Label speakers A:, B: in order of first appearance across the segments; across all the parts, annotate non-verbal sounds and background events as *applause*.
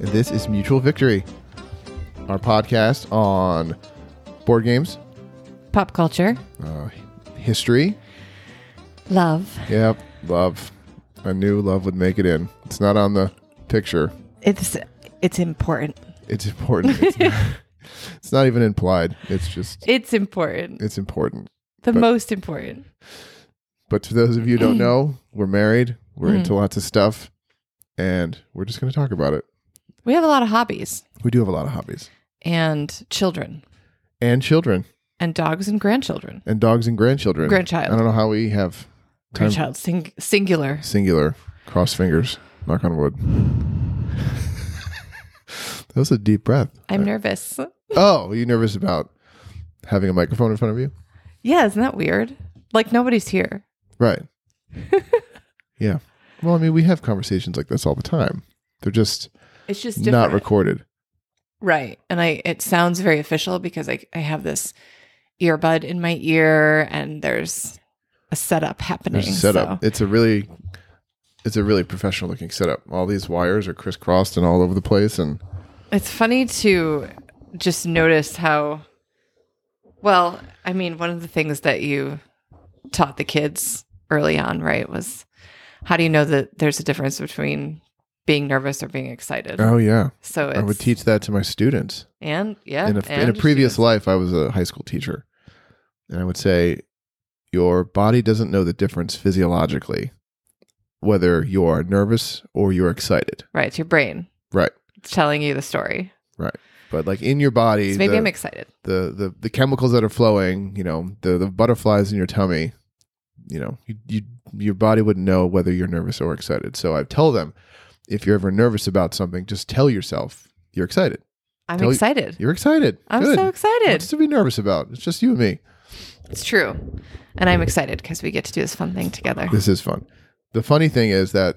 A: This is Mutual Victory, our podcast on board games,
B: Pop culture,
A: uh, history.
B: love.
A: Yep, love. I knew love would make it in. It's not on the picture.
C: It's it's important.
A: It's important. It's not, it's not even implied. It's just
B: It's important.
A: it's important.
B: The
A: But-
B: most important.
A: But to those of you who don't know, we're married. We're into lots of stuff, and we're just going to talk about it.
B: We have a lot of hobbies
A: We do have a lot of hobbies
B: and children
A: and children
B: and dogs and grandchildren.
A: and dogs and grandchildren.
B: Grandchild.
A: I don't know how we have time
B: Grandchild, sing- singular.
A: Singular. Cross fingers. Knock on
B: *laughs*
A: wood. that was a deep breath.
B: I'm nervous.
A: Oh, are you nervous about having a microphone in front of you?
B: Yeah, isn't that weird? Like nobody's here. *laughs*
A: Right. yeah. Well, I mean, we have conversations like this all the time. They're just
B: It's just
A: not
B: different.
A: recorded.
B: right. And I it sounds very official because I I have this earbud in my ear and there's a setup happening.
A: There's a setup.
B: so-
A: It's a really it's a really professional looking setup. All these wires are crisscrossed and all over the place and
B: It's funny to just notice how well, I mean, one of the things that you taught the kids early on, right, was how do you know that there's a difference between being nervous or being excited?
A: Oh yeah.
B: so it's,
A: I would teach that to my students.
B: and yeah,
A: in a,
B: and
A: in a previous
B: students.
A: life, I was a high school teacher, and I would say, your body doesn't know the difference physiologically whether you are nervous or you're excited,
B: right, it's your brain
A: right?
B: it's telling you the story.
A: But like in your body,
B: So maybe
A: the,
B: I'm excited.
A: the, the the chemicals that are flowing, you know, the the butterflies in your tummy, you know, you, you your body wouldn't know whether you're nervous or excited. So I tell them, if you're ever nervous about something, just tell yourself you're excited.
B: I'm
A: tell you-
B: excited.
A: You're excited.
B: I'm
A: Good.
B: so excited.
A: What's to be nervous about? It's just you and me.
B: It's true, and I'm excited because we get to do this fun thing together.
A: This is fun. The funny thing is that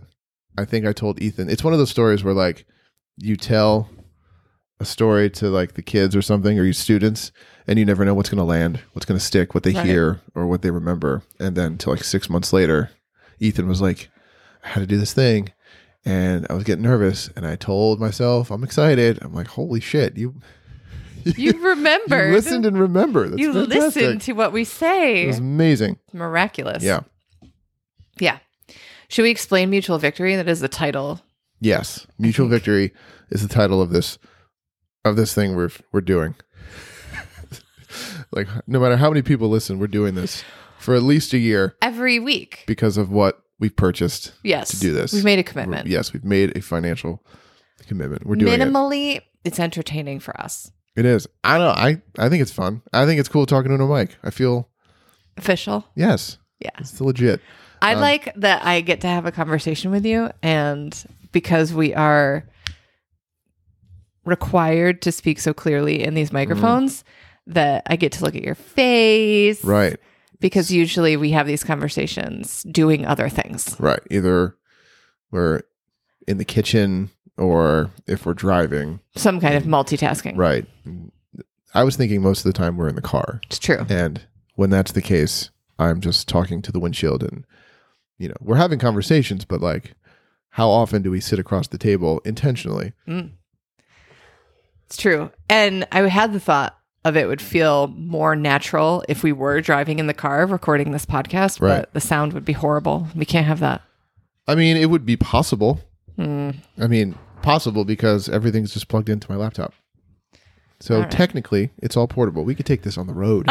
A: I think I told Ethan, it's one of those stories where like you tell a story to like the kids or something or your students and you never know what's going to land, what's going to stick, what they
B: Right.
A: hear or what they remember. And then to like 6 months later, Ethan was like I had to do this thing and I was getting nervous and I told myself I'm excited. I'm like, "Holy shit, you
B: You
A: *laughs* you
B: remembered.
A: listened and remember." That's
B: You
A: fantastic.
B: listened to what we
A: It
B: say.
A: was amazing.
B: miraculous.
A: Yeah.
B: Yeah. Should we explain mutual victory? That is the title.
A: Yes, mutual victory is the title of this of this thing we're we're doing. like no matter how many people listen, we're doing this for at least a year
B: Every week.
A: because of what we've purchased.
B: yes.
A: to do this.
B: We've made a
A: We're-
B: commitment.
A: yes, we've made a financial commitment. We're doing
B: Minimally, it's entertaining for us.
A: it. It is. I don't. I I think it's fun. I think it's cool talking to a mic. I feel
B: Official.
A: yes,
B: Yeah.
A: it's still legit.
B: I
A: Um,
B: like that I get to have a conversation with you and because we are required to speak so clearly in
A: Mm-hmm.
B: these microphones that I get to look at your face.
A: Right.
B: Because usually we have these conversations doing other things.
A: Right. Either we're in the kitchen or if we're driving.
B: Some kind of multitasking.
A: Mm-hmm. Right. I was thinking most of the time we're in the car.
B: It's true.
A: And when that's the case, I'm just talking to the windshield and you know, we're having conversations, but like how often do we sit across the table intentionally?
B: It's true. And I had the thought of it would feel more natural if we were driving in the car recording this podcast,
A: Right.
B: but the sound would be horrible. We can't have that.
A: I mean, it would be possible. I mean, possible because everything's just plugged into my laptop. So technically, it's all portable. We could take this on the road.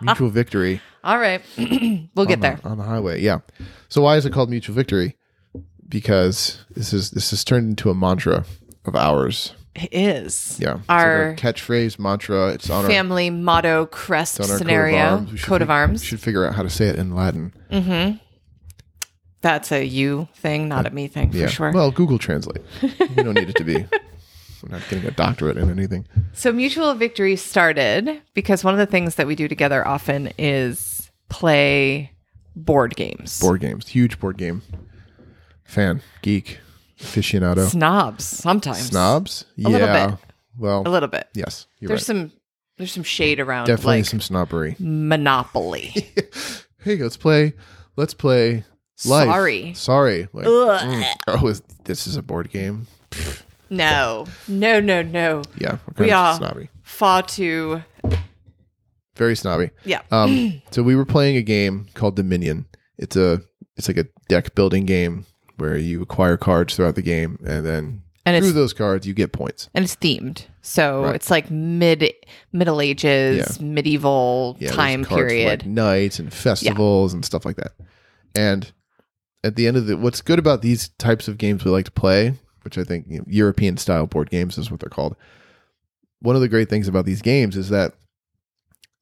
A: Mutual victory.
B: All right. *clears throat* we'll get there.
A: on the highway. Yeah. So why is it called mutual victory? Because this is this has turned into a mantra of ours.
B: It is
A: Yeah. It's like
B: our
A: catchphrase mantra. It's on our
B: family motto crest
A: it's on our
B: scenario.
A: coat of arms. We should
B: Coat of
A: fi-
B: arms.
A: we should figure out how to say it in Latin.
B: That's a you thing, not a me thing
A: yeah.
B: for sure.
A: Well, Google Translate. we don't need it to
B: *laughs*
A: be. We're not getting a doctorate in anything.
B: So mutual victory started because one of the things that we do together often is play board games.
A: Board games. Huge board game. Fan. Geek. Aficionado.
B: Snobs sometimes.
A: Snobs? yeah.
B: little bit.
A: Well,
B: A little bit.
A: yes. You're
B: there's
A: right.
B: some there's some shade around
A: Definitely
B: like
A: some snobbery. *laughs*
B: monopoly
A: hey, let's play, let's play life.
B: Sorry.
A: sorry. Like, mm, oh, is, this is a board game. Pfft.
B: No, no, no, no.
A: Yeah, we're
B: We
A: kind of
B: are.
A: snobby.
B: Far too.
A: Very snobby.
B: Yeah. *clears throat*
A: Um, so we were playing a game called Dominion. It's a it's like a deck building game where you acquire cards throughout the game, and then
B: And
A: through
B: it's-
A: those cards you get points.
B: and it's themed. So
A: Right.
B: it's like mid Middle Ages, medieval
A: Yeah, there's
B: time
A: cards for, like,
B: period.
A: nights and festivals and stuff like that. And at the end of the, what's good about these types of games we like to play, which I think you know, European style board games is what they're called. One of the great things about these games is that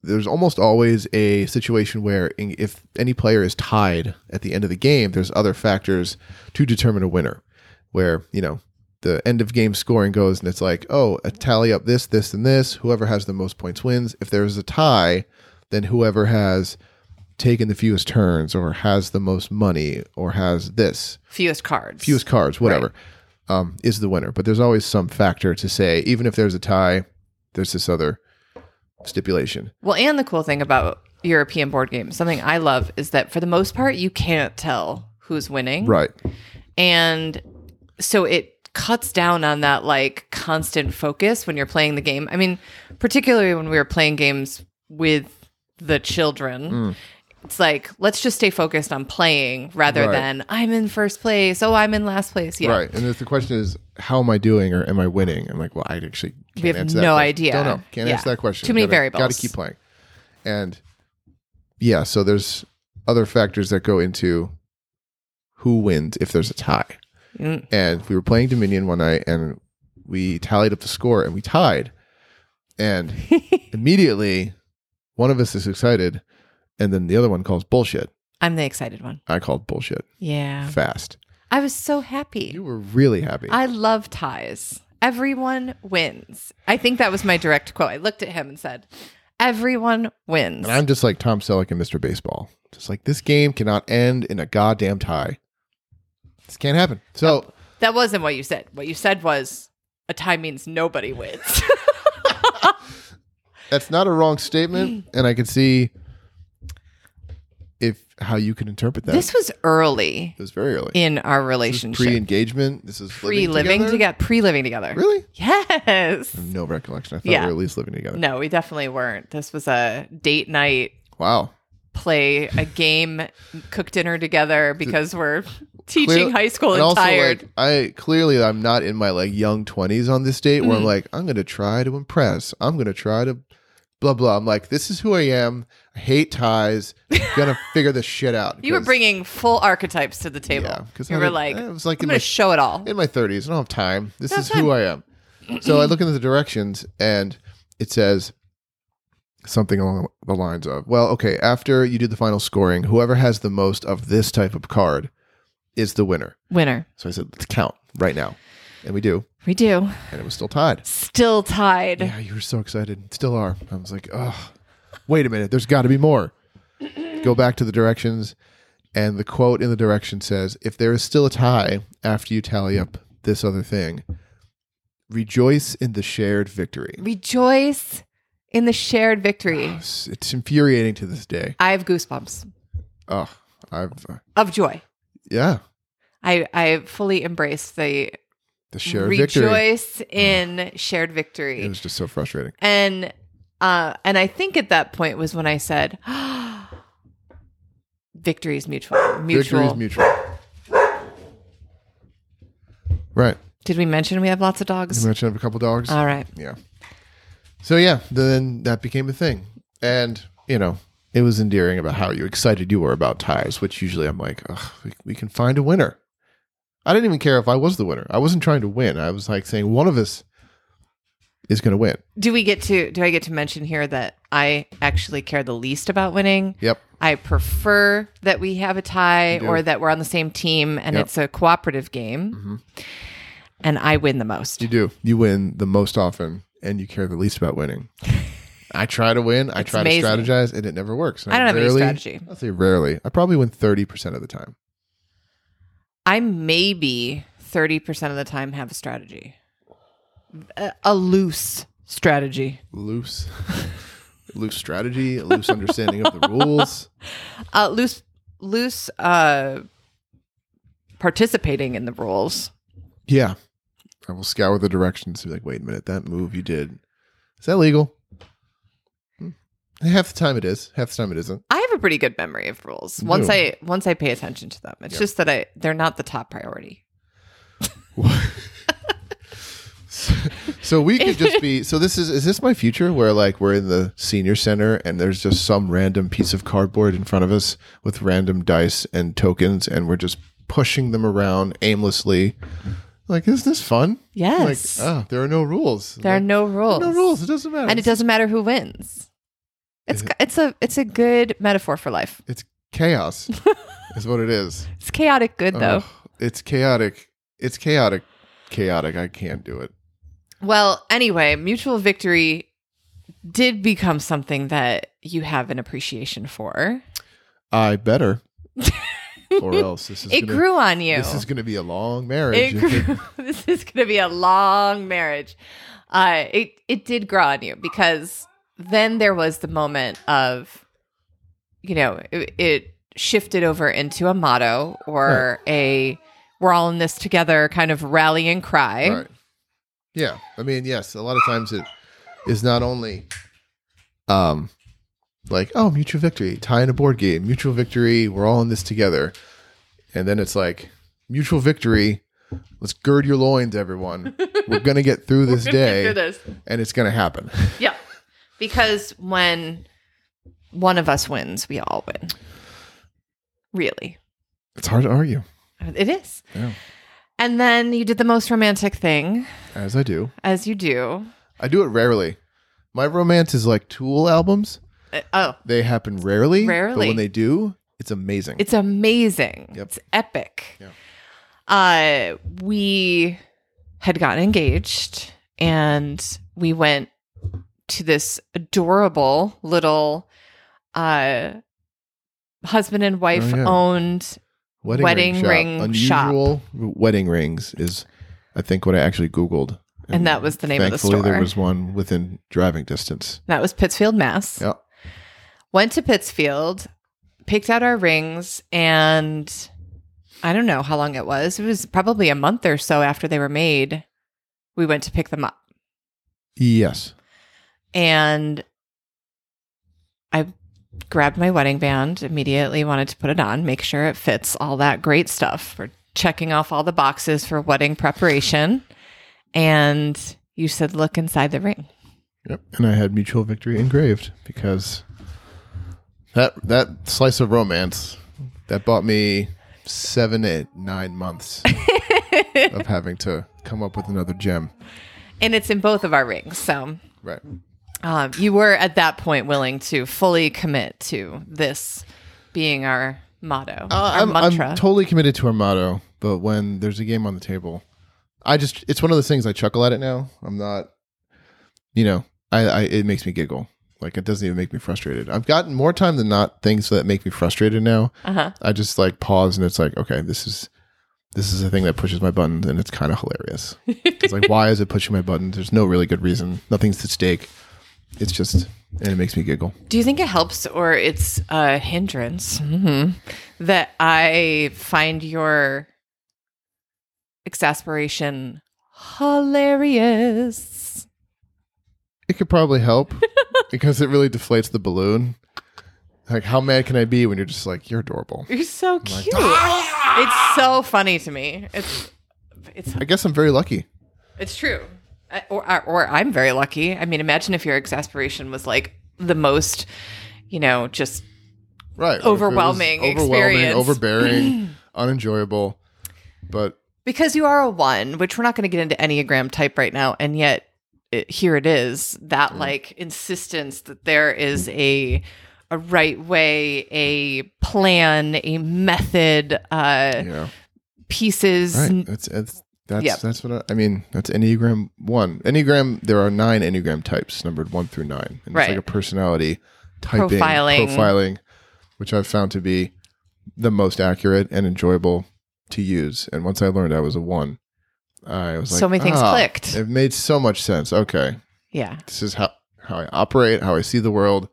A: there's almost always a situation where in, if any player is tied at the end of the game, there's other factors to determine a winner. Where you know the end of game scoring goes, and it's like, oh, tally up this, this, and this. Whoever has the most points wins. If there is a tie, then whoever has taken the fewest turns or has the most money or has this
B: fewest cards.
A: fewest cards, whatever, um, is the winner. But there's always some factor to say, even if there's a tie, there's this other stipulation.
B: Well, and the cool thing about European board games, something I love, is that for the most part, you can't tell who's winning.
A: Right.
B: And so it cuts down on that like constant focus when you're playing the game. I mean, particularly when we were playing games with the children.
A: Mm.
B: It's like, let's just stay focused on playing rather
A: Right.
B: than I'm in first place. Oh, I'm in last place. Yeah.
A: Right. And if the question is, how am I doing or am I winning? I'm like, well, I actually can't
B: have
A: answer that.
B: no
A: question.
B: idea.
A: Don't know. Can't
B: Yeah.
A: answer that question.
B: Too many
A: Gotta-
B: variables.
A: Gotta keep playing. And yeah, so there's other factors that go into who wins if there's a tie.
B: Mm.
A: And we were playing Dominion one night and we tallied up the score and we tied.
B: *laughs*
A: And immediately one of us is excited and then the other one calls bullshit.
B: I'm the excited one.
A: I called bullshit
B: Yeah.
A: fast.
B: I was so happy.
A: You were really happy.
B: I love ties. Everyone wins. I think that was my direct quote. I looked at him and said, Everyone wins.
A: And I'm just like Tom Selleck and Mr. Baseball. Just like this game cannot end in a goddamn tie. This can't happen. So
B: that wasn't what you said. What you said was, A tie means
A: *laughs*
B: nobody wins.
A: that's not a wrong
B: *clears throat*
A: statement, and I can see if how you can interpret that.
B: this was early
A: it was very early.
B: in our
A: This is
B: relationship.
A: pre-engagement. This is
B: Pre living together. Pre living together.
A: Really?
B: Yes.
A: No recollection. I thought
B: Yeah.
A: we were at least living together.
B: No, we definitely weren't. This was a date night,
A: Wow.
B: play a game, cook dinner together because we're teaching
A: Clear-
B: high school and,
A: and also,
B: tired.
A: Like, I clearly I'm not in my like young twenties on this date
B: Mm-hmm.
A: where I'm like I'm gonna try to impress. I'm gonna try to blah blah. I'm like this is who I am. I hate ties. I'm gonna
B: *laughs*
A: figure this shit out.
B: You were
A: 'Cause-
B: bringing full archetypes to the table.
A: yeah, because
B: you were like,
A: I eh,
B: I'm
A: was like in
B: going to
A: my,
B: show it all.
A: in my thirties. I don't have time. This is who I am. So I look into the directions and it says something along the lines of, well, okay, after you do the final scoring, whoever has the most of this type of card is the winner.
B: Winner.
A: So I said, let's count right now. And we do.
B: We do.
A: And it was still tied.
B: Still tied.
A: Yeah, you were so excited. Still are. I was like, oh, wait a minute. There's got to be *clears throat* more. Go back to the directions. And the quote in the direction says, if there is still a tie after you tally up this other thing, rejoice in the shared victory.
B: Rejoice in the shared victory.
A: It's, it's infuriating to this day.
B: I have goosebumps
A: Oh, I've, uh,
B: of joy.
A: yeah,
B: I, I fully embraced the
A: the shared victory. Mm.
B: rejoice in shared victory.
A: It was just so frustrating.
B: and uh, and I think at that point was when I said, *gasps* "Victory is mutual. Mutual.
A: Victory is mutual. Right.
B: Did we mention we have lots of dogs?
A: You mentioned I have a couple dogs.
B: All right.
A: Yeah. So yeah, then that became a thing, and you know, it was endearing about how you excited you were about ties, which usually I'm like, Ugh, we, we can find a winner. I didn't even care if I was the winner. I wasn't trying to win. I was like saying one of us is going to win.
B: Do we get to do I get to mention here that I actually care the least about winning?
A: Yep.
B: I prefer that we have a tie
A: do.
B: or that we're on the same team
A: Yep.
B: and
A: Mm-hmm.
B: it's a cooperative game. And I win the most.
A: You do. You win the most often, and you care the least about
B: *laughs*
A: winning. I try to win. I try
B: amazing.
A: to strategize, and it never works. And
B: I don't have any
A: rarely-
B: strategy.
A: I'll say rarely. I probably win thirty percent of the time.
B: I maybe 30% of the time have a strategy. A, a loose strategy.
A: loose loose strategy, a loose understanding of the rules.
B: Uh loose loose uh participating in the rules.
A: Yeah. I will scour the directions and be like, wait a minute, that move you did, is that legal? Hmm. Half the time it is, half the time it isn't.
B: I have a pretty good memory of rules.
A: You
B: Once
A: do.
B: I once I pay attention to them, it's
A: Yeah.
B: just that I they're not the top priority.
A: So we could just be. So this is—is this my future? Where like we're in the senior center and there's just some random piece of cardboard in front of us with random dice and tokens, and we're just pushing them around aimlessly. Like, is this fun?
B: Yes,
A: Like, ah, there are no rules.
B: there are
A: Like,
B: no rules.
A: no rules. It doesn't matter.
B: and it doesn't matter who wins. It's it's a it's a good metaphor for life.
A: It's
B: *laughs*
A: chaos, is what it is.
B: It's chaotic good though.
A: Ugh, it's chaotic. It's chaotic. Chaotic. I can't do it.
B: Well, anyway, mutual victory did become something that you have an appreciation for.
A: I
B: *laughs*
A: better, or else this is
B: It
A: gonna,
B: grew on you.
A: This is going to be a long marriage.
B: it grew, *laughs* this is going to be a long marriage. Uh, it it did grow on you because then there was the moment of, you know, it, it shifted over into a motto or a "we're all in this together" kind of rallying cry.
A: Right. Yeah. I mean, yes, a lot of times it is not only um like, oh, mutual victory, tie in a board game, mutual victory, we're all in this together. And then it's like, mutual victory, let's gird your loins, *laughs* everyone. We're gonna get through this day
B: Through this.
A: and it's gonna happen.
B: Yeah, because when one of us wins, we all win. Really,
A: It's hard to argue.
B: it is.
A: Yeah.
B: And then you did the most romantic thing,
A: As I do.
B: as you do.
A: I do it rarely. My romance is like tool albums.
B: Uh, oh,
A: They happen rarely. But
B: Rarely.
A: when they do, it's amazing.
B: It's amazing.
A: Yep.
B: It's epic.
A: Yep.
B: Uh, we had gotten engaged and we went to this adorable little uh, husband and wife
A: Oh, yeah.
B: owned.
A: wedding,
B: Wedding
A: ring, shop.
B: ring shop.
A: unusual wedding rings is i think what i actually googled
B: And that was the name of the
A: thankfully there
B: store.
A: was one within driving distance
B: That was Pittsfield, Mass.
A: Yep.
B: Went to Pittsfield, picked out our rings, and I don't know how long it was. It was probably a month or so after they were made. We went to pick them up.
A: yes
B: and I grabbed my wedding band immediately wanted to put it on make sure it fits all that great stuff we're checking off all the boxes for wedding preparation and you said look inside the ring
A: yep and i had mutual victory engraved because that that slice of romance that bought me seven eight nine
B: *laughs*
A: months of having to come up with another gem
B: and it's in both of our rings so
A: right
B: um, you were at that point willing to fully commit to this being our motto
A: Uh,
B: our
A: I'm, I'm
B: mantra
A: totally committed to our motto, but when there's a game on the table, I just it's one of those things I chuckle at it now. I'm not, you know, I, I it makes me giggle. Like it doesn't even make me frustrated. I've gotten more time than not things that make me frustrated now.
B: uh-huh.
A: I just like pause and it's like, okay, this is this is a thing that pushes my buttons and it's kind of hilarious. it's like, why is it pushing my buttons? There's no really good reason. Nothing's at stake. It's just and it makes me giggle.
B: Do you think it helps or it's a hindrance mhm, that I find your exasperation hilarious?
A: It could probably
B: *laughs*
A: help because it really deflates the balloon. Like, how mad can I be when you're just like, you're adorable?
B: You're
A: Oh
B: so cute. it's so funny to me. It's it's
A: I guess I'm very lucky.
B: it's true. I- Or, or or I'm very lucky. I mean, imagine if your exasperation was like the most, you know, just
A: Right. Or if it was
B: Overwhelming experience. *clears throat*
A: overbearing, unenjoyable. But
B: because you are a one, which we're not going to get into enneagram type right now, and yet it, here it is that like insistence that there is a a right way, a plan, a method, uh,
A: you know,
B: pieces.
A: right. That's, that's, that's,
B: Yep.
A: that's what I, I mean. That's Enneagram one. Enneagram, there are nine Enneagram types, numbered one through nine. And it's
B: Right.
A: like a personality typing,
B: Profiling.
A: profiling, which I've found to be the most accurate and enjoyable to use. And once I learned I was a one, I was like,
B: So many things
A: "Ah,
B: clicked."
A: It made so much sense. Okay,
B: Yeah,
A: this is how how I operate, how I see the world.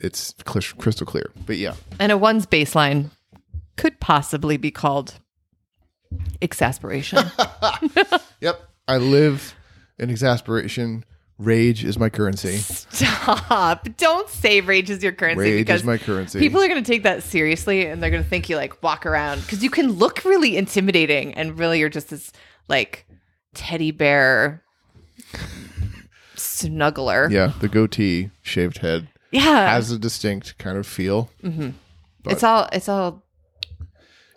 A: It's cl- crystal clear. But yeah,
B: and a one's baseline could possibly be called exasperation.
A: Yep. I live in exasperation. Rage is my currency.
B: Stop. Don't say rage is your currency
A: Rage
B: because
A: is my currency.
B: people are going to take that seriously and they're going to think you like walk around because you can look really intimidating and really you're just this like teddy bear snuggler.
A: yeah, the goatee, shaved head
B: Yeah. Mm.
A: has a distinct kind of feel. but-
B: it's all, it's all,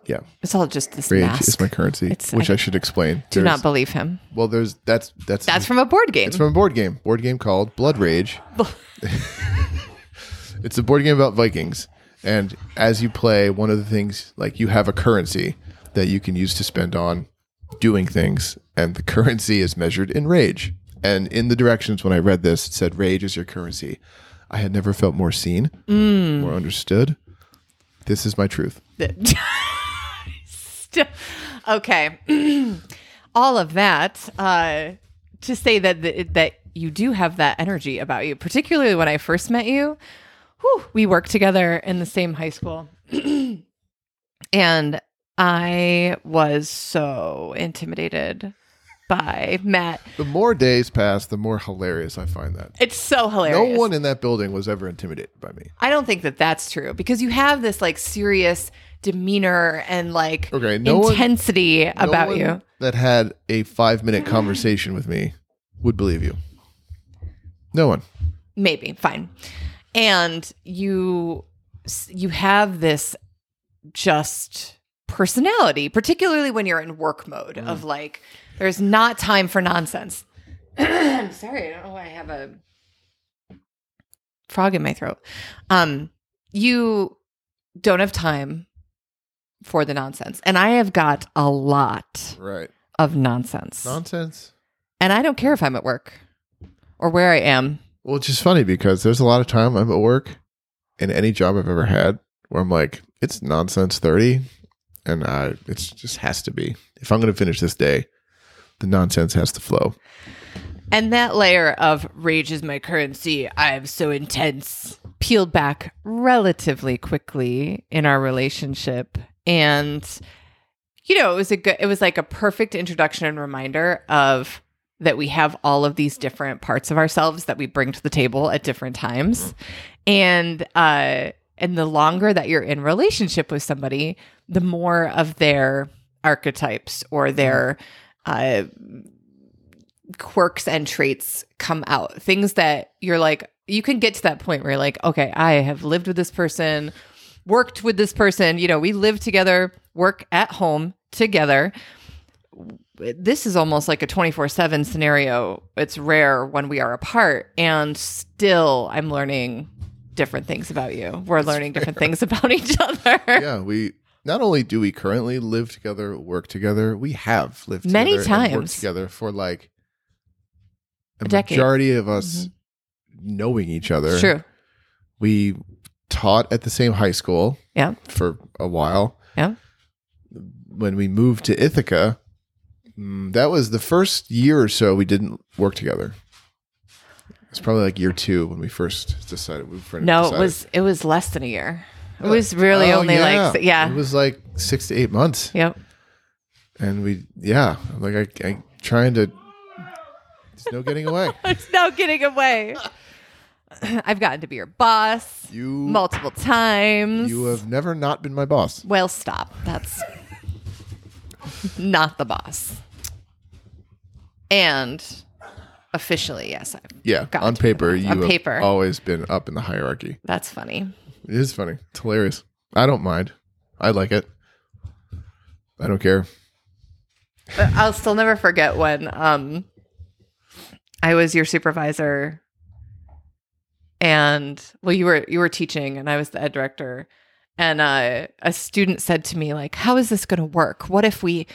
A: Yeah,
B: it's all just this
A: rage
B: mask.
A: is my currency,
B: It's-
A: which
B: I-
A: I, should explain.
B: Do
A: There's-
B: not believe him.
A: well, there's that's that's
B: That's from a board game.
A: It's from a board game. Board game called Blood Rage. it's a board game about Vikings. And as you play, one of the things like you have a currency that you can use to spend on doing things, and the currency is measured in rage. And in the directions when I read this, it said rage is your currency. I had never felt more seen, more understood. This is my truth.
B: *laughs* St- okay. *clears throat* All of that uh, to say that th- that you do have that energy about you, particularly when I first met you. Whew, we worked together in the same high school, *clears throat* and I was so intimidated by Matt.
A: The more days pass, the more hilarious I find that.
B: It's
A: No
B: so hilarious.
A: one in that building was ever intimidated by me.
B: I don't think that that's true because you have this like serious demeanor and like
A: Okay, no one-
B: intensity
A: No
B: about
A: one
B: you.
A: that had a five minute conversation with me would believe you. No one.
B: maybe fine and you you have this just personality particularly when you're in work mode of like there's not time for nonsense *clears throat* i'm sorry i don't know why i have a frog in my throat um you don't have time for the nonsense and i have got a lot
A: Right.
B: of nonsense
A: Nonsense.
B: and i don't care if i'm at work or where i am
A: Well, it's just funny because there's a lot of time I'm at work in any job I've ever had where I'm like, it's nonsense 30. And I, it's just has to be. If I'm going to finish this day, the nonsense has to flow.
B: And that layer of rage is my currency, I am so intense, peeled back relatively quickly in our relationship. And, you know, it was a good, it was like a perfect introduction and reminder of that we have all of these different parts of ourselves that we bring to the table at different times. And, uh, and the longer that you're in relationship with somebody, the more of their archetypes or their, uh, quirks and traits come out things that you're like you can get to that point where you're like okay i have lived with this person worked with this person you know we live together work at home together this is almost like a 24-7 scenario it's rare when we are apart and still i'm learning different things about you we're learning different things about *laughs* each other
A: yeah. We, not only do we currently live together, work together, we have lived
B: Many
A: together and worked
B: times.
A: together for like a,
B: A decade. Mm-hmm.
A: majority of us knowing each other.
B: it's true
A: we taught at the same high school
B: yeah
A: for a while.
B: yeah
A: When we moved to Ithaca, mm, that was the first year or so we didn't work together. It's probably like year two when we first decided we were
B: no it
A: decided.
B: was it was less than a year it was really
A: Oh,
B: only like yeah
A: it was like six to eight months,
B: yep
A: and we yeah like I, I trying to there's no getting away.
B: *laughs* There's no getting away. *clears throat* I've gotten to be your boss
A: You
B: multiple times.
A: you have never not been my boss.
B: well, stop. That's not the boss. And officially, yes, I've,
A: Yeah,
B: Got
A: on
B: to be my
A: paper
B: boss.
A: you
B: On
A: have
B: paper.
A: always been up in the hierarchy.
B: that's funny.
A: It is funny. It's hilarious. I don't mind. I like it. I don't care.
B: But I'll still never forget when um, I was your supervisor, and well, you were you were teaching, and I was the ed director, and uh, a student said to me like, "How is this going to work? What if we?"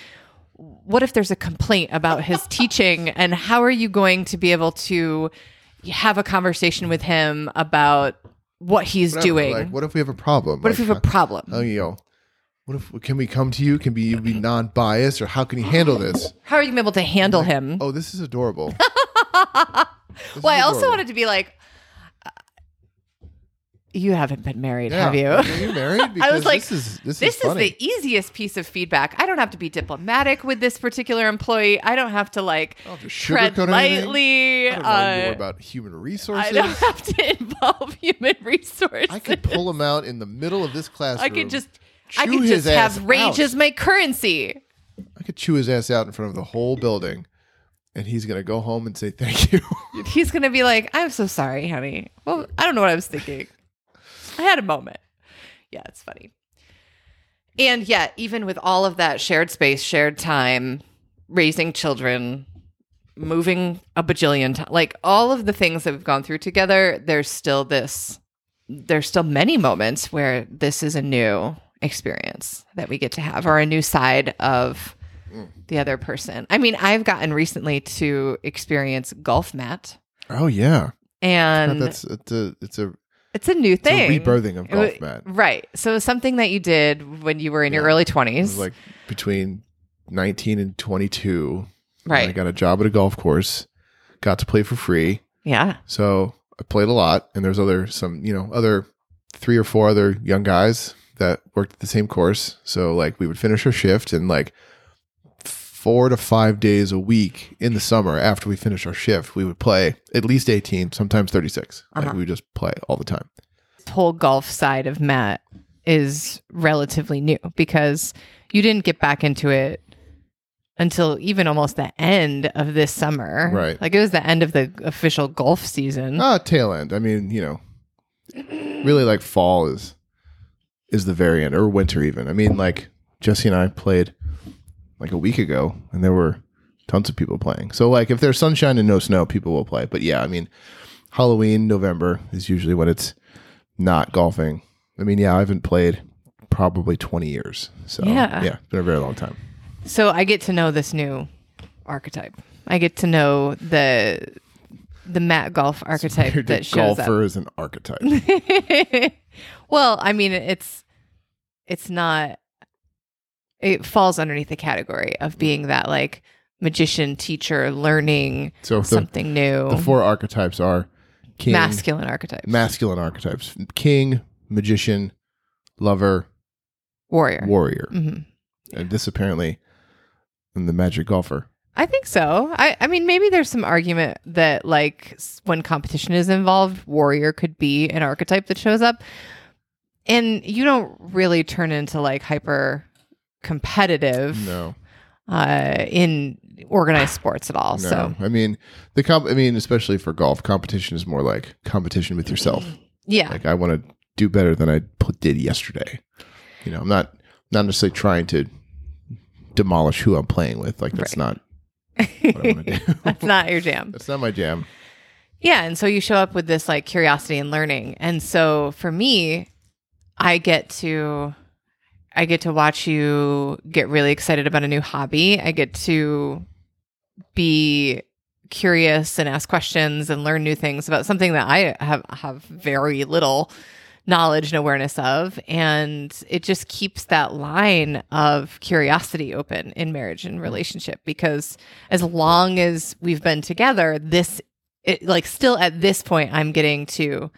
B: What if there's a complaint about his
A: *laughs*
B: teaching and how are you going to be able to have a conversation with him about what he's
A: Whatever.
B: doing?
A: Like, what if we have a problem?
B: what if you have a problem?
A: Oh, you know, what if can we come to you? Can be you be non-biased, or how can you handle this?
B: How are you going to be able to handle him?
A: Oh, this is
B: *laughs*
A: adorable.
B: Well, I also wanted to be like, uh, you haven't been married,
A: Yeah.
B: have you?
A: Are you married?
B: *laughs*
A: Because
B: like,
A: this is this,
B: This
A: is,
B: is,
A: funny.
B: the easiest piece of feedback. I don't have to be diplomatic with this particular employee. I don't have to like
A: I don't have to
B: tread
A: Oh, sugarcoat anything.
B: lightly.
A: I don't know more
B: uh,
A: about human
B: I
A: resources.
B: don't
A: *laughs*
B: *laughs*
A: I,
B: have to involve human resources.
A: could
B: *laughs*
A: pull him out in the middle of this classroom.
B: I could just I
A: Chew
B: could
A: his
B: just have
A: ass
B: rage
A: out.
B: as my currency.
A: I could chew his ass out in front of the whole building, and he's gonna go home and say thank you. *laughs*
B: He's gonna be like, "I'm so sorry, honey. Well, I don't know what I was thinking. I had a moment." Yeah, it's funny. And yet, even with all of that shared space, shared time, raising children, moving a bajillion times, like all of the things that we've gone through together, there's still this. There's still many moments where this is a new experience that we get to have, or a new side of the other person. I mean, I've gotten recently to experience golf mat,
A: oh yeah,
B: and
A: that's it's a it's a,
B: it's a new
A: it's
B: thing.
A: a rebirthing of
B: It wa-
A: golf, Matt. It
B: right? So it's something that you did when you were in your
A: Yeah.
B: early
A: was
B: twenties,
A: like between nineteen and twenty two. I
B: right?
A: got a job at a golf course, got to play for free.
B: yeah,
A: So I played a lot, and there's other some you know other three or four other young guys that worked at the same course. So like we would finish our shift and like four to five days a week in the summer after we finish our shift, we would play at least eighteen, sometimes thirty six. Like
B: Uh-huh.
A: we would just play all the time.
B: The whole golf side of Matt is relatively new because you didn't get back into it until even almost the end of this summer,
A: Right.
B: Like it was the end of the official golf season.
A: Ah, tail end. I mean, you know, really like fall is is the very end or winter even. I mean, like Jesse and I played like a week ago, and there were tons of people playing. So like, if there's sunshine and no snow, people will play. But yeah, I mean, Halloween November is usually when it's not golfing. I mean, yeah, I haven't played probably 20 years. So
B: Yeah.
A: yeah it's been a very long time.
B: So I get to know this new archetype. I get to know the the Matt Golf archetype
A: Weird
B: that
A: that
B: shows
A: golfer is an archetype. yeah,
B: up. *laughs* well, I mean, it's it's not. It falls underneath the category
A: Mm.
B: of being that like magician, teacher, learning
A: So if the-
B: something new,
A: the four archetypes are king,
B: masculine archetype,
A: masculine archetypes king magician lover
B: warrior.
A: warrior
B: Mhm.
A: and this apparently and the magic golfer
B: I think so. I, I mean, maybe there's some argument that, like, s- when competition is involved, warrior could be an archetype that shows up. And you don't really turn into, like, hyper competitive
A: no
B: uh, in organized sports at all.
A: no
B: So,
A: i mean the comp i mean especially for golf competition is more like competition with yourself
B: yeah.
A: like i want to do better than i pl- did yesterday you know i'm not not necessarily trying to demolish who i'm playing with like that's not what i want to do
B: *laughs* That's not your jam.
A: that's not my jam
B: Yeah. And so you show up with this like curiosity and learning. And so for me, I get to I get to watch you get really excited about a new hobby. I get to be curious and ask questions and learn new things about something that I have have very little knowledge and awareness of and it just keeps that line of curiosity open in marriage and relationship because as long as we've been together this it, like still at this point i'm getting to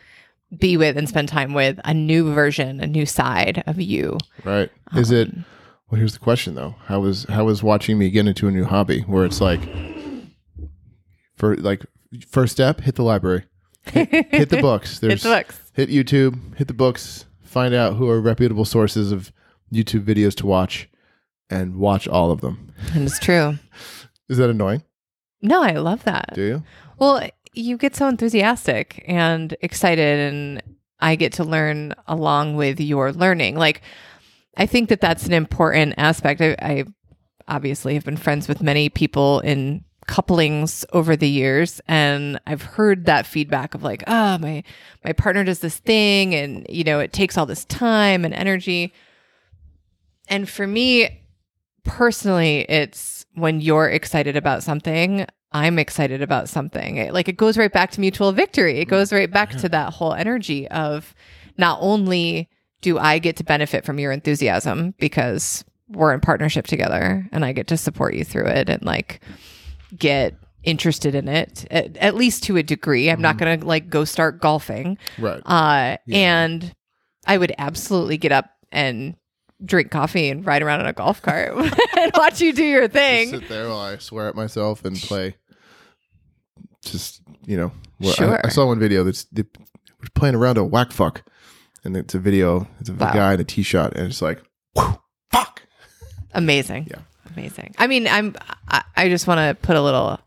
B: be with and spend time with a new version a new side of you
A: Right. Is it well here's the question though. How is how is watching me get into a new hobby where it's like for like first step, hit the library. Hit, hit the books. There's
B: the books.
A: hit YouTube, hit the books, find out who are reputable sources of YouTube videos to watch and watch all of them.
B: and it's true
A: Is that annoying?
B: no i love that
A: Do you?
B: well you get so enthusiastic and excited and i get to learn along with your learning like i think that that's an important aspect i, I obviously have been friends with many people in couplings over the years and I've heard that feedback of like, ah, my my partner does this thing and you know, it takes all this time and energy. And for me personally, it's when you're excited about something, I'm excited about something. It, like it goes right back to mutual victory. It goes right back to that whole energy of not only do I get to benefit from your enthusiasm because we're in partnership together and I get to support you through it and like get interested in it, at, at least to a degree. I'm not going to like go start golfing.
A: Right.
B: Uh,
A: Yeah.
B: And I would absolutely get up and drink coffee and ride around in a golf cart *laughs* and watch you do your
A: Just
B: thing.
A: sit there while I swear at myself and play. Just you know, what- I-
B: Sure.
A: I, saw one video that's they was playing around a whack fuck, and it's a video. It's a
B: Wow.
A: guy in a tee shot, and it's like, whew, fuck.
B: Amazing.
A: Yeah.
B: Amazing. I mean, I'm. I, I just want to put a little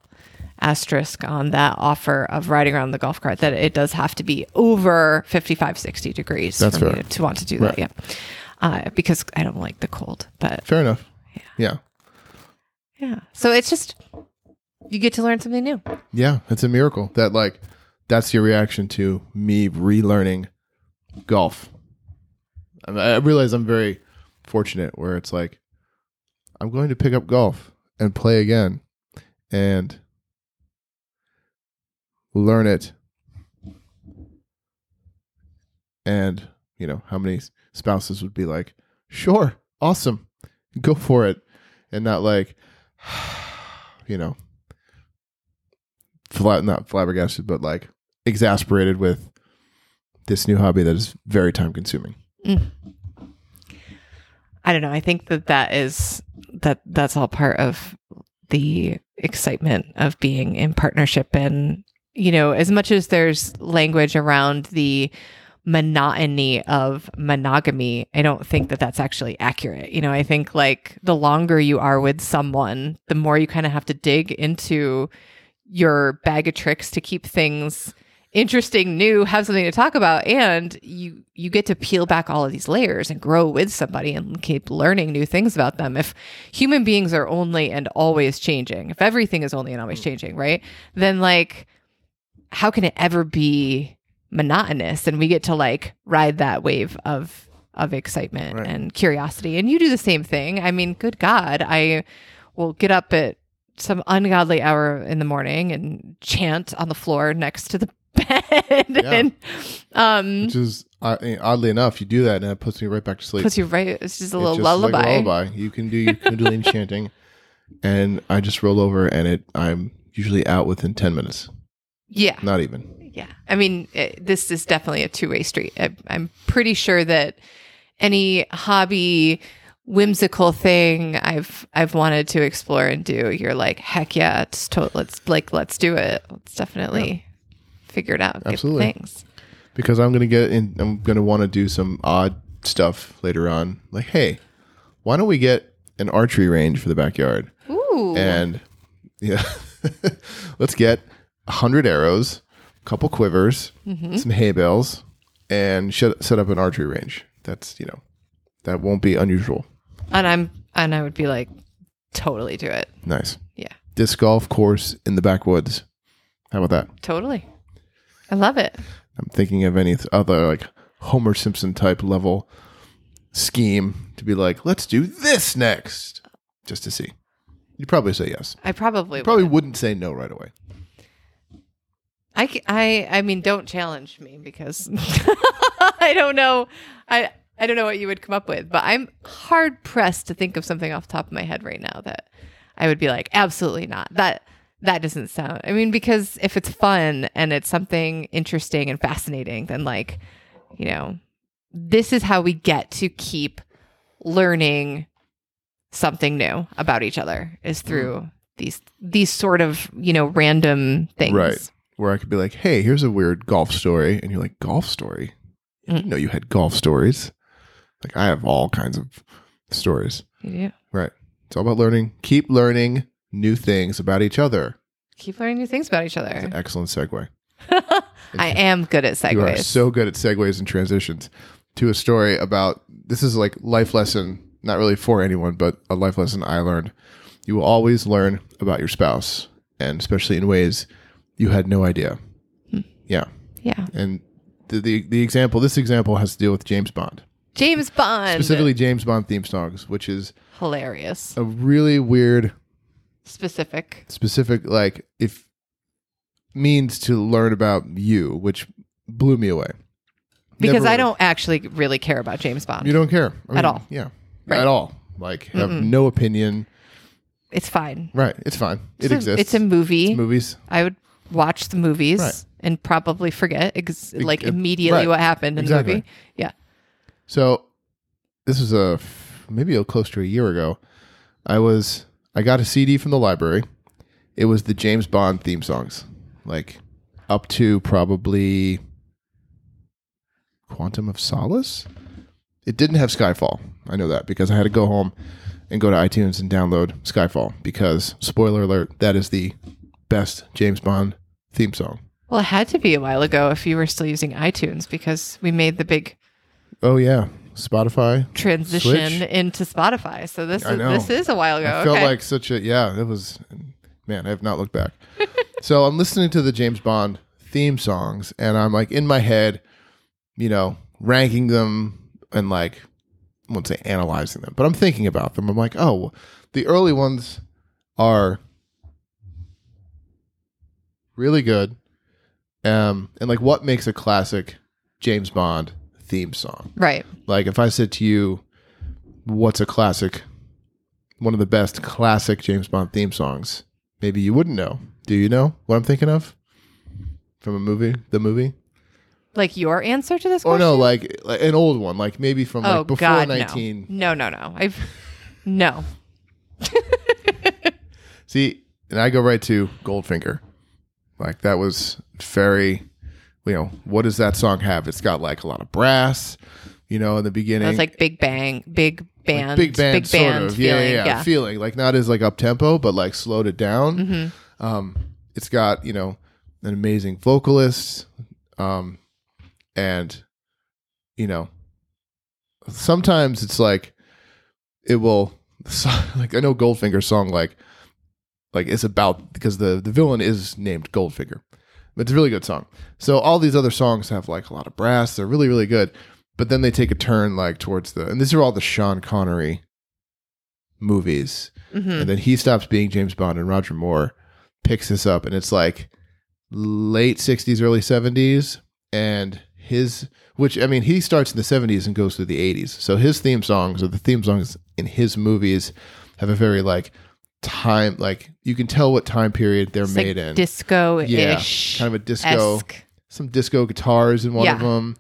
B: asterisk on that offer of riding around the golf cart that it does have to be over 55 60 degrees
A: That's
B: for me
A: fair.
B: to want to do
A: Right.
B: that yeah uh, because i don't like the cold but
A: Fair enough.
B: Yeah.
A: Yeah,
B: yeah so it's just you get to learn something new
A: yeah. It's a miracle that like that's your reaction to me relearning golf. I, I realize I'm very fortunate where it's like I'm going to pick up golf and play again and learn it. And, you know, how many spouses would be like, sure, awesome, go for it. And not like, *sighs* you know, flat, not flabbergasted, but like exasperated with this new hobby that is very time consuming.
B: Mm-hmm. I don't know. I think that that is that that's all part of the excitement of being in partnership and you know, as much as there's language around the monotony of monogamy, I don't think that that's actually accurate. You know, I think like the longer you are with someone, the more you kind of have to dig into your bag of tricks to keep things interesting new have something to talk about and you you get to peel back all of these layers and grow with somebody and keep learning new things about them if human beings are only and always changing if everything is only and always changing right then like how can it ever be monotonous and we get to like ride that wave of of excitement
A: Right.
B: and curiosity and you do the same thing i mean good god i will get up at some ungodly hour in the morning and chant on the floor next to the *laughs* bed and um
A: which is I- oddly enough, you do that and it puts me right back to sleep.
B: puts you right it's just a little
A: It's just
B: lullaby.
A: Like a lullaby. You can do your
B: *laughs*
A: kundalini chanting, and I just roll over, and it. I'm usually out within ten minutes,
B: yeah
A: not even.
B: yeah i mean it, this is definitely a two-way street I, i'm pretty sure that any hobby whimsical thing i've i've wanted to explore and do you're like heck yeah it's to- let's like let's do it let's definitely figure it out get the
A: Absolutely.
B: things
A: Because I'm gonna get in. I'm gonna want to do some odd stuff later on. Like, hey, why don't we get an archery range for the backyard?
B: ooh
A: and yeah, *laughs* let's get a hundred arrows, a couple quivers,
B: Mm-hmm.
A: some hay bales, and shut, set up an archery range. That's you know, that won't be unusual.
B: and i'm and i would be like totally do it
A: Nice
B: yeah
A: disc golf course in the backwoods. How about that?
B: Totally. I love it.
A: I'm thinking of any th- other like Homer Simpson type level scheme to be like, let's do this next, just to see. You'd probably say yes.
B: I probably,
A: Probably
B: would.
A: wouldn't say no right away.
B: I, c- I I mean don't challenge me because *laughs* I don't know I I don't know what you would come up with, but I'm hard pressed to think of something off the top of my head right now that I would be like absolutely not. That that doesn't sound. I mean because if it's fun and it's something interesting and fascinating then like, you know, this is how we get to keep learning something new about each other is through these these sort of, you know, random things.
A: Right. where I could be like, "Hey, here's a weird golf story," and you're like, "Golf story? I
B: Mm.
A: didn't know you had golf stories." Like I have all kinds of stories.
B: Yeah.
A: Right. It's all about learning. Keep learning new things about each other.
B: Keep learning new things about
A: It's
B: each other.
A: an excellent segue.
B: I am good at
A: You are
B: segues.
A: so good at segues and transitions to a story about this is like life lesson, not really for anyone, but a life lesson I learned. You will always learn about your spouse, and especially in ways you had no idea.
B: Hmm.
A: Yeah.
B: yeah.
A: and the, the the example this example has to deal with James Bond
B: James Bond.
A: specifically James Bond theme songs, which is
B: Hilarious.
A: a really weird
B: Specific.
A: specific like if means to learn about you, which blew me away
B: Because
A: Never-
B: I don't actually really care about James Bond.
A: You don't care I
B: At all.
A: yeah,
B: Right.
A: at all. Like have no opinion.
B: it's fine.
A: Right. It's fine. It
B: It's a-
A: exists.
B: It's a movie.
A: movies.
B: I would watch the movies
A: Right.
B: and probably forget ex- like
A: it- right.
B: immediately what happened in
A: Exactly.
B: the movie. Yeah.
A: So this was a f- maybe a close to a year ago. I was I got a CD from the library. It was the James Bond theme songs, like up to probably Quantum of Solace. It didn't have Skyfall. I know that because I had to go home and go to iTunes and download Skyfall because spoiler alert, that is the best James Bond theme song.
B: Well, it had to be a while ago if you were still using iTunes because we made the big
A: Oh yeah, Spotify.
B: transition
A: Switch?
B: into Spotify. So this
A: I
B: is,
A: know.
B: this is a while ago.
A: I felt
B: okay.
A: like such a yeah. It was man. I have not looked back. *laughs* so I'm listening to the James Bond theme songs, and I'm like in my head, you know, ranking them and like I won't say analyzing them, but I'm thinking about them. I'm like, oh, the early ones are really good, um, and like what makes a classic James Bond theme song?
B: right.
A: Like if I said to you, what's a classic, one of the best classic James Bond theme songs, maybe you wouldn't know. Do you know what I'm thinking of? From a movie, the movie,
B: Like your answer to this
A: or
B: question?
A: no, like, like an old one, like maybe from
B: oh
A: like before
B: God,
A: 19.
B: no. No, no, no. I've no.
A: See, and I go right to Goldfinger. Like that was very, you know, what does that song have? It's got like a lot of brass, you know, in the beginning.
B: It was like big bang, big band,
A: like big band,
B: big
A: sort
B: band
A: of,
B: feeling.
A: yeah, yeah, yeah, feeling like not as like up tempo, but like slowed it down. Um, it's got you know an amazing vocalist, um, and you know sometimes it's like it will *laughs* like I know Goldfinger song like like it's about because the the villain is named Goldfinger. But it's a really good song. So all these other songs have like a lot of brass. They're really really good. But then they take a turn like towards the and these are all the Sean Connery movies.
B: Mhm.
A: And then he stops being James Bond and Roger Moore picks this up and it's like late 60s early 70s and his which I mean he starts in the 70s and goes through the 80s. So his theme songs or the theme songs in his movies have a very like time like you can tell what time period they're
B: It's
A: made
B: like
A: in
B: disco-ish.
A: kind of a disco
B: esque.
A: some disco guitars in one of
B: Yeah.
A: them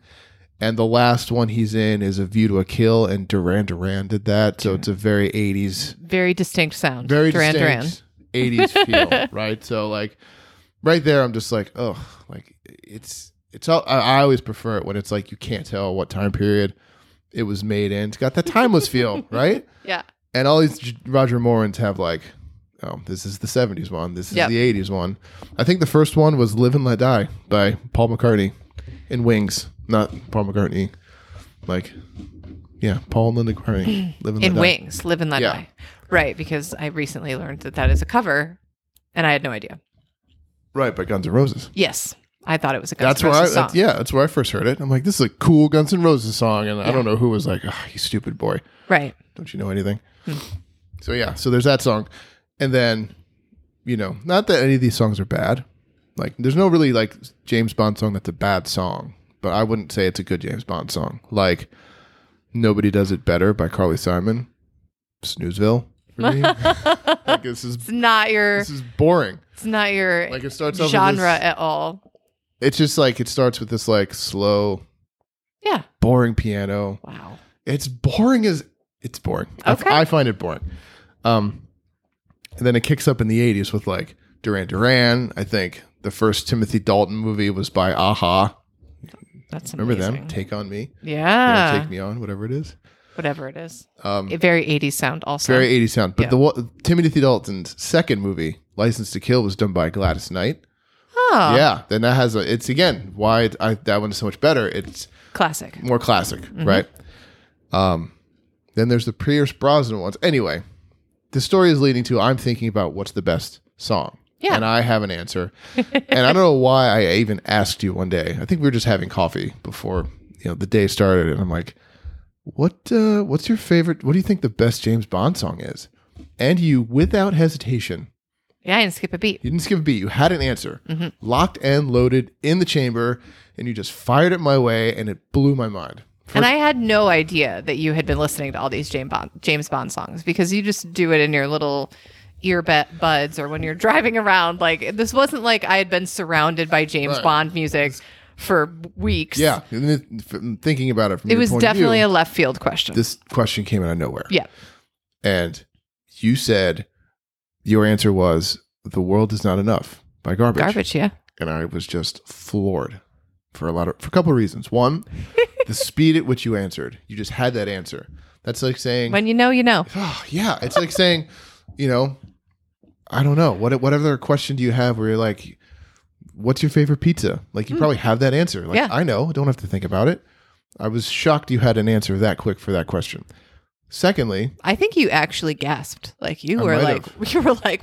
A: and the last one he's in is a view to a kill and duran duran did that so it's a very 80s
B: Very distinct sound.
A: very
B: Duran Duran.
A: distinct
B: *laughs*
A: 80s feel right so like right there i'm just like oh like it's it's all I, I always prefer it when it's like you can't tell what time period it was made in it's got that timeless
B: *laughs*
A: feel right
B: Yeah.
A: and all these J- Roger Morans have like, oh, this is the '70s one, this is
B: Yep.
A: the '80s one. I think the first one was "Live and Let Die" by Paul McCartney in Wings, not Paul McCartney, like, yeah, Paul and Linda
B: *clears throat*
A: McCartney, "Live and Let
B: In
A: Die."
B: Wings, Live and Let
A: Yeah.
B: Die. Right, because I recently learned that that is a cover and I had no idea.
A: right? By Guns N' Roses.
B: Yes. I thought it was a Guns
A: That's
B: N'
A: where I,
B: Roses song.
A: that's- yeah, that's where I first heard it. I'm like, this is a cool Guns N' Roses song, and I don't know who was like, oh, you stupid boy.
B: Right.
A: Don't you know anything? So yeah, so there's that song, and then you know, not that any of these songs are bad. Like, there's no really like James Bond song that's a bad song, but I wouldn't say it's a good James Bond song. Like, "Nobody Does It Better" by Carly Simon, Snoozeville. For me. like this is
B: It's not your
A: this is boring.
B: it's not your
A: Like it starts off with
B: genre
A: this-
B: at all.
A: it's just like it starts with this like slow,
B: Yeah.
A: boring piano.
B: Wow.
A: It's boring as it's boring. I-
B: Okay.
A: I, find it boring. Um, and then it kicks up in the '80s with like Duran Duran. I think the first Timothy Dalton movie was by Aha.
B: That's amazing.
A: Remember them? Take on me. You know,
B: yeah.
A: Take me on. Whatever it is.
B: Whatever it is.
A: Um,
B: A very 80s sound also.
A: very '80s sound. But
B: Yeah.
A: the wa- Timothy Dalton's second movie, License to Kill, was done by Gladys Knight.
B: oh,
A: Yeah. Then that has a. It's again why it, I, that one is so much better. It's
B: classic.
A: more classic, right? Um, then there's the Pierce Brosnan ones. Anyway, the story is leading to I'm thinking about what's the best song.
B: Yeah.
A: And I have an answer. and I don't know why I even asked you one day. I think we were just having coffee before, you know, the day started and I'm like, "What uh what's your favorite what do you think the best James Bond song is?" And you without hesitation
B: Yeah, I didn't skip a beat.
A: you didn't skip a beat. You had an answer, locked and loaded in the chamber, and you just fired it my way, and it blew my mind.
B: and I had no idea that you had been listening to all these James Bond James Bond songs because you just do it in your little earbuds or when you're driving around. Like this wasn't like I had been surrounded by James
A: Right.
B: Bond music for weeks.
A: Yeah, and it- f- thinking about it from
B: It
A: your
B: was
A: point of
B: definitely
A: view,
B: a left field question.
A: this question came out of nowhere.
B: yeah.
A: and you said your answer was "The World Is Not Enough" by Garbage,
B: Garbage, yeah.
A: and I was just floored for a lot of for a couple of reasons. One, the *laughs* speed at which you answered, you just had that answer. That's like saying,
B: When you know, you know.
A: oh, *sighs* yeah, it's like saying, you know, I don't know what what other question do you have where you're like, what's your favorite pizza? Like you probably have that answer. Like
B: Hmm. Yeah.
A: I know, don't have to think about it. I was shocked you had an answer that quick for that question. Secondly,
B: I think you actually gasped. Like you
A: I
B: were
A: might
B: like *laughs* you were like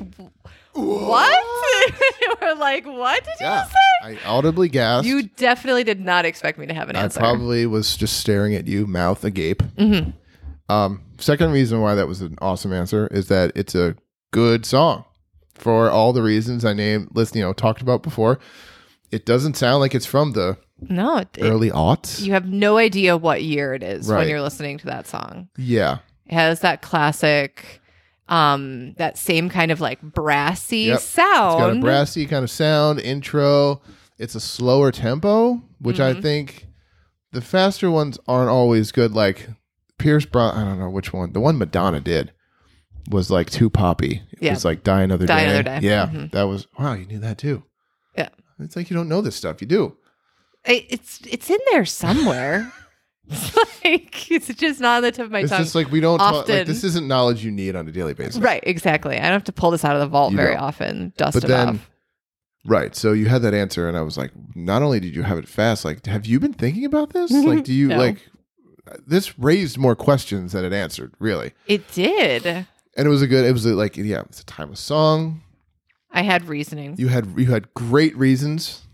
B: what? *laughs* you were like what did you
A: yeah,
B: just
A: I audibly gasped.
B: say? You definitely did not expect me to have an
A: I
B: answer.
A: probably was just staring at you, mouth agape.
B: Mm-hmm.
A: Um, second reason why that was an awesome answer is that it's a good song for all the reasons I named, list, you know, talked about before. It doesn't sound like it's from the
B: no, it, it-
A: early aughts.
B: you have no idea what year it is
A: Right.
B: when you're listening to that song.
A: yeah,
B: It has that classic um that same kind of like brassy
A: Yep. It's it's
B: sound.
A: got a brassy kind of sound intro. It's a slower tempo, which
B: Mm-hmm.
A: I think the faster ones aren't always good. Like Pierce Brown, I don't know which one. The one Madonna did was like too poppy. It
B: Yeah.
A: was like Die Another
B: Die
A: Day.
B: Another Day.
A: Yeah,
B: Mhm.
A: that was wow. You knew that too.
B: Yeah.
A: it's like you don't know this stuff. You do.
B: It- it's it's in
A: *laughs*
B: there somewhere. it's like it's just not on the tip of my
A: it's
B: tongue.
A: just like we don't. Talk, like
B: Often.
A: this isn't knowledge you need on a daily basis.
B: Right, exactly. I don't have to pull this out of the vault
A: You
B: very
A: don't.
B: often. Dust
A: But
B: it
A: then-
B: off.
A: Right. So you had that answer, and I was like, not only did you have it fast, like, have you been thinking about this? Like, do you
B: Mm-hmm. No.
A: like this raised more questions than it answered, really?
B: It did.
A: And it was a good. It was a, like, yeah, it's a timeless song.
B: I had reasoning.
A: You had you had great reasons.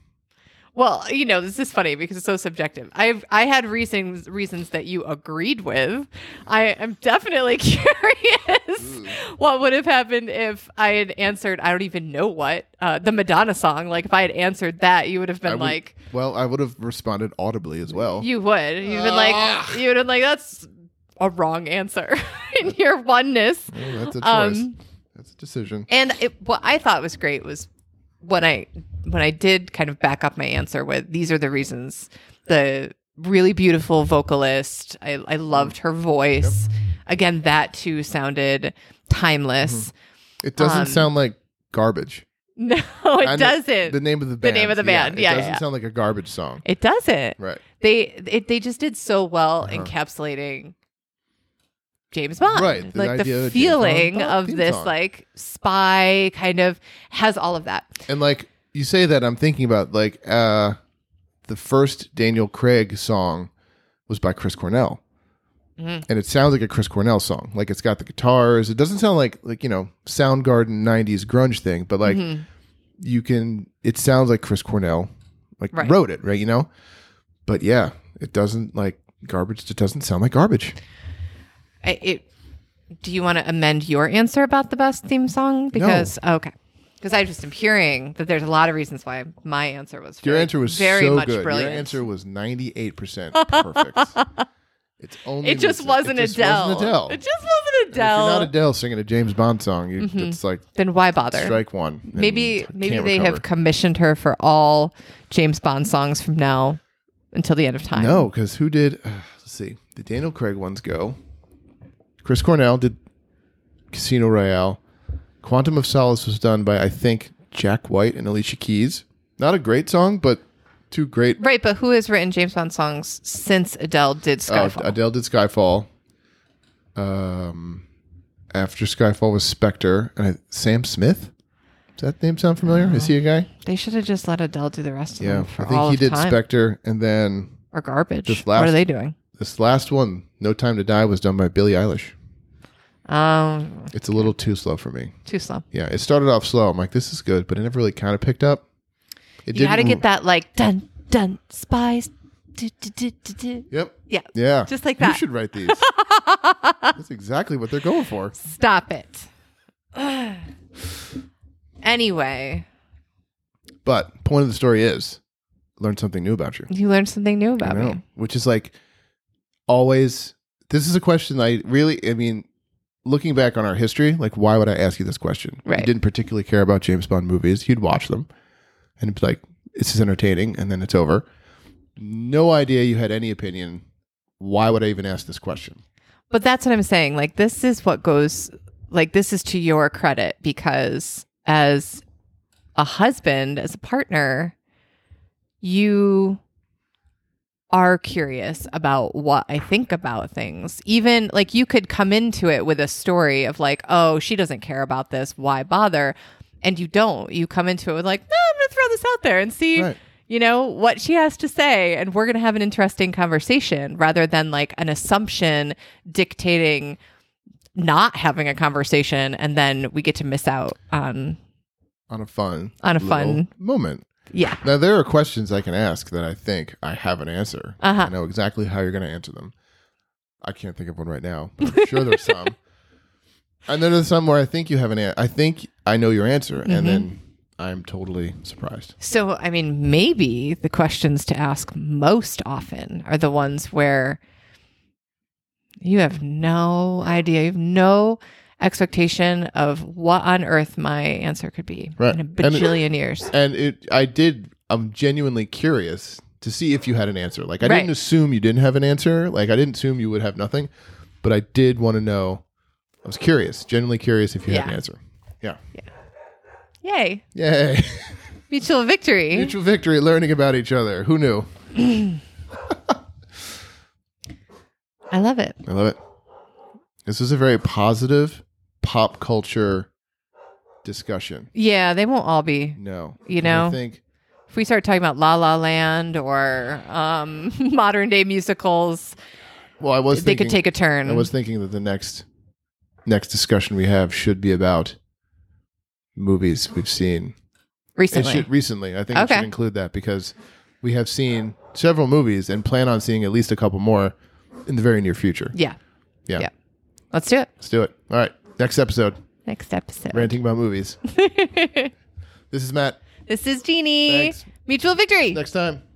B: well, you know, this is funny because it's so subjective. I I had reasons reasons that you agreed with. I am definitely *laughs* curious
A: Hmm.
B: what would have happened if I had answered. I don't even know what uh, the Madonna song. Like if I had answered that, you would have been
A: I would-
B: like,
A: well, I would have responded audibly as well.
B: you would. You've been like, you would have been like, that's a wrong answer *laughs* in your oneness.
A: Well, Oh, that's a choice.
B: Um,
A: that's a decision.
B: And it, what I thought was great was when I when I did kind of back up my answer with these are the reasons the really beautiful vocalist I, I loved her voice again that too sounded timeless
A: It doesn't
B: um,
A: sound like garbage.
B: *laughs* no it
A: I know-
B: doesn't
A: Mm-hmm. The name of the
B: The
A: band.
B: name of the band. Yeah,
A: it doesn't
B: yeah.
A: sound like a garbage song.
B: it doesn't
A: Right.
B: they it, they just did so well
A: Uh-huh.
B: encapsulating James Bond.
A: Right, the
B: like
A: idea
B: the
A: of James Bond
B: feeling
A: Bond
B: of
A: theme
B: this
A: song.
B: like spy kind of has all of that.
A: And like you say that, I'm thinking about like uh the first Daniel Craig song was by Chris Cornell,
B: Mhm.
A: and it sounds like a Chris Cornell song. Like it's got the guitars. It doesn't sound like like you know Soundgarden '90s grunge thing, but like
B: Mhm.
A: you can. It sounds like Chris Cornell like
B: Right.
A: wrote it, right? You know, but yeah, it doesn't like garbage. It doesn't sound like garbage.
B: I, it, do you want to amend your answer about the best theme song? Because okay, because I just am hearing that there's a lot of reasons why my answer was
A: Your
B: very-
A: answer was
B: very
A: so
B: much
A: good.
B: brilliant.
A: Your answer was 98
B: *laughs*
A: percent perfect. It's only
B: it just
A: missing-
B: wasn't
A: it just
B: Adele.
A: Wasn't Adele.
B: It just wasn't Adele.
A: If you're not Adele singing a James Bond song, you, it's like
B: then why bother?
A: strike one. and
B: maybe
A: t-
B: maybe
A: can't
B: they
A: recover.
B: have commissioned her for all James Bond songs from now until the end of time.
A: no, because who did? uh, let's see. The Daniel Craig ones go. Chris Cornell did Casino Royale. Quantum of Solace was done by I think Jack White and Alicia Keys. Not a great song, but two great.
B: Right, but who has written James Bond songs since Adele did
A: Uh,
B: Skyfall?
A: Adele did Skyfall. Um, after Skyfall was Spectre and I, Sam Smith. Does that name sound familiar? Is he a guy?
B: They should have just let Adele do the rest of
A: Yeah,
B: them Mm, for
A: I think
B: all
A: he
B: of
A: did
B: time.
A: Spectre, and then
B: or garbage.
A: Just
B: what
A: last-
B: are they doing?
A: this last one, "No Time to Die," was done by Billie Eilish.
B: Um,
A: It's a little too slow for me.
B: too slow.
A: Yeah, it started off slow. I'm like, this is good, but it never really kind of picked up. It
B: You had to
A: didn't-
B: get that like dun dun spies. Du, du, du, du, du.
A: Yep.
B: Yeah.
A: Yeah.
B: Just like
A: You
B: that.
A: should write
B: *laughs*
A: these. That's exactly what they're going for.
B: Stop it. *sighs* anyway,
A: But point of the story is, learn something new about you.
B: you learned something new
A: I
B: about
A: know.
B: me.
A: Which is like always. This is a question I really. I mean, looking back on our history, like, why would I ask you this question? If
B: Right.
A: You didn't particularly care about James Bond movies. You'd watch them and it'd be like, this is entertaining. And then it's over. No idea you had any opinion. Why would I even ask this question?
B: But that's what I'm saying. Like, this is what goes, like, this is to your credit because as a husband, as a partner, you are curious about what I think about things. Even like you could come into it with a story of, like, oh, she doesn't care about this. Why bother? And you don't. You come into it with, like, no, I'm going to throw this out there and see
A: Right.
B: you know, what she has to say. And we're going to have an interesting conversation rather than like an assumption dictating not having a conversation. And then we get to miss out on,
A: On a fun,
B: On a
A: little
B: fun-
A: moment.
B: yeah.
A: Now there are questions I can ask that I think I have an answer.
B: Uh-huh.
A: I know exactly how you're going to answer them. I can't think of one right now, but I'm sure there's
B: *laughs*
A: some. And then there's some where I think you have an. An- I think I know your answer,
B: Mm-hmm.
A: and then I'm totally surprised.
B: So, I mean, maybe the questions to ask most often are the ones where you have no idea, you have no expectation of what on earth my answer could be
A: Right.
B: in a
A: And-
B: bajillion years.
A: And it, I did. I'm genuinely curious to see if you had an answer. Like I
B: Right.
A: didn't assume you didn't have an answer. Like I didn't assume you would have nothing, but I did want to know. I was curious, genuinely curious if you had
B: Yeah.
A: an answer. Yeah.
B: Yay.
A: Yay.
B: Mutual victory.
A: Mutual victory, learning about each other. Who knew?
B: I love it.
A: I love it. This is a very positive pop culture discussion.
B: Yeah, they won't all be.
A: No,
B: You
A: And I
B: know?
A: think
B: If we start talking about La La Land or um, *laughs* modern day musicals,
A: well, I was
B: they
A: thinking,
B: could take a turn.
A: I was thinking that the next next discussion we have should be about movies we've seen. It
B: recently.
A: should recently. I think we
B: Okay.
A: should include that because we have seen several movies and plan on seeing at least a couple more in the very near future.
B: yeah,
A: Yeah.
B: yeah. Let's do it.
A: Let's do it. All right. Next episode,
B: Next episode.
A: ranting about
B: *laughs*
A: movies. this is Matt.
B: This is Jeannie.
A: Thanks.
B: Mutual victory.
A: Next time.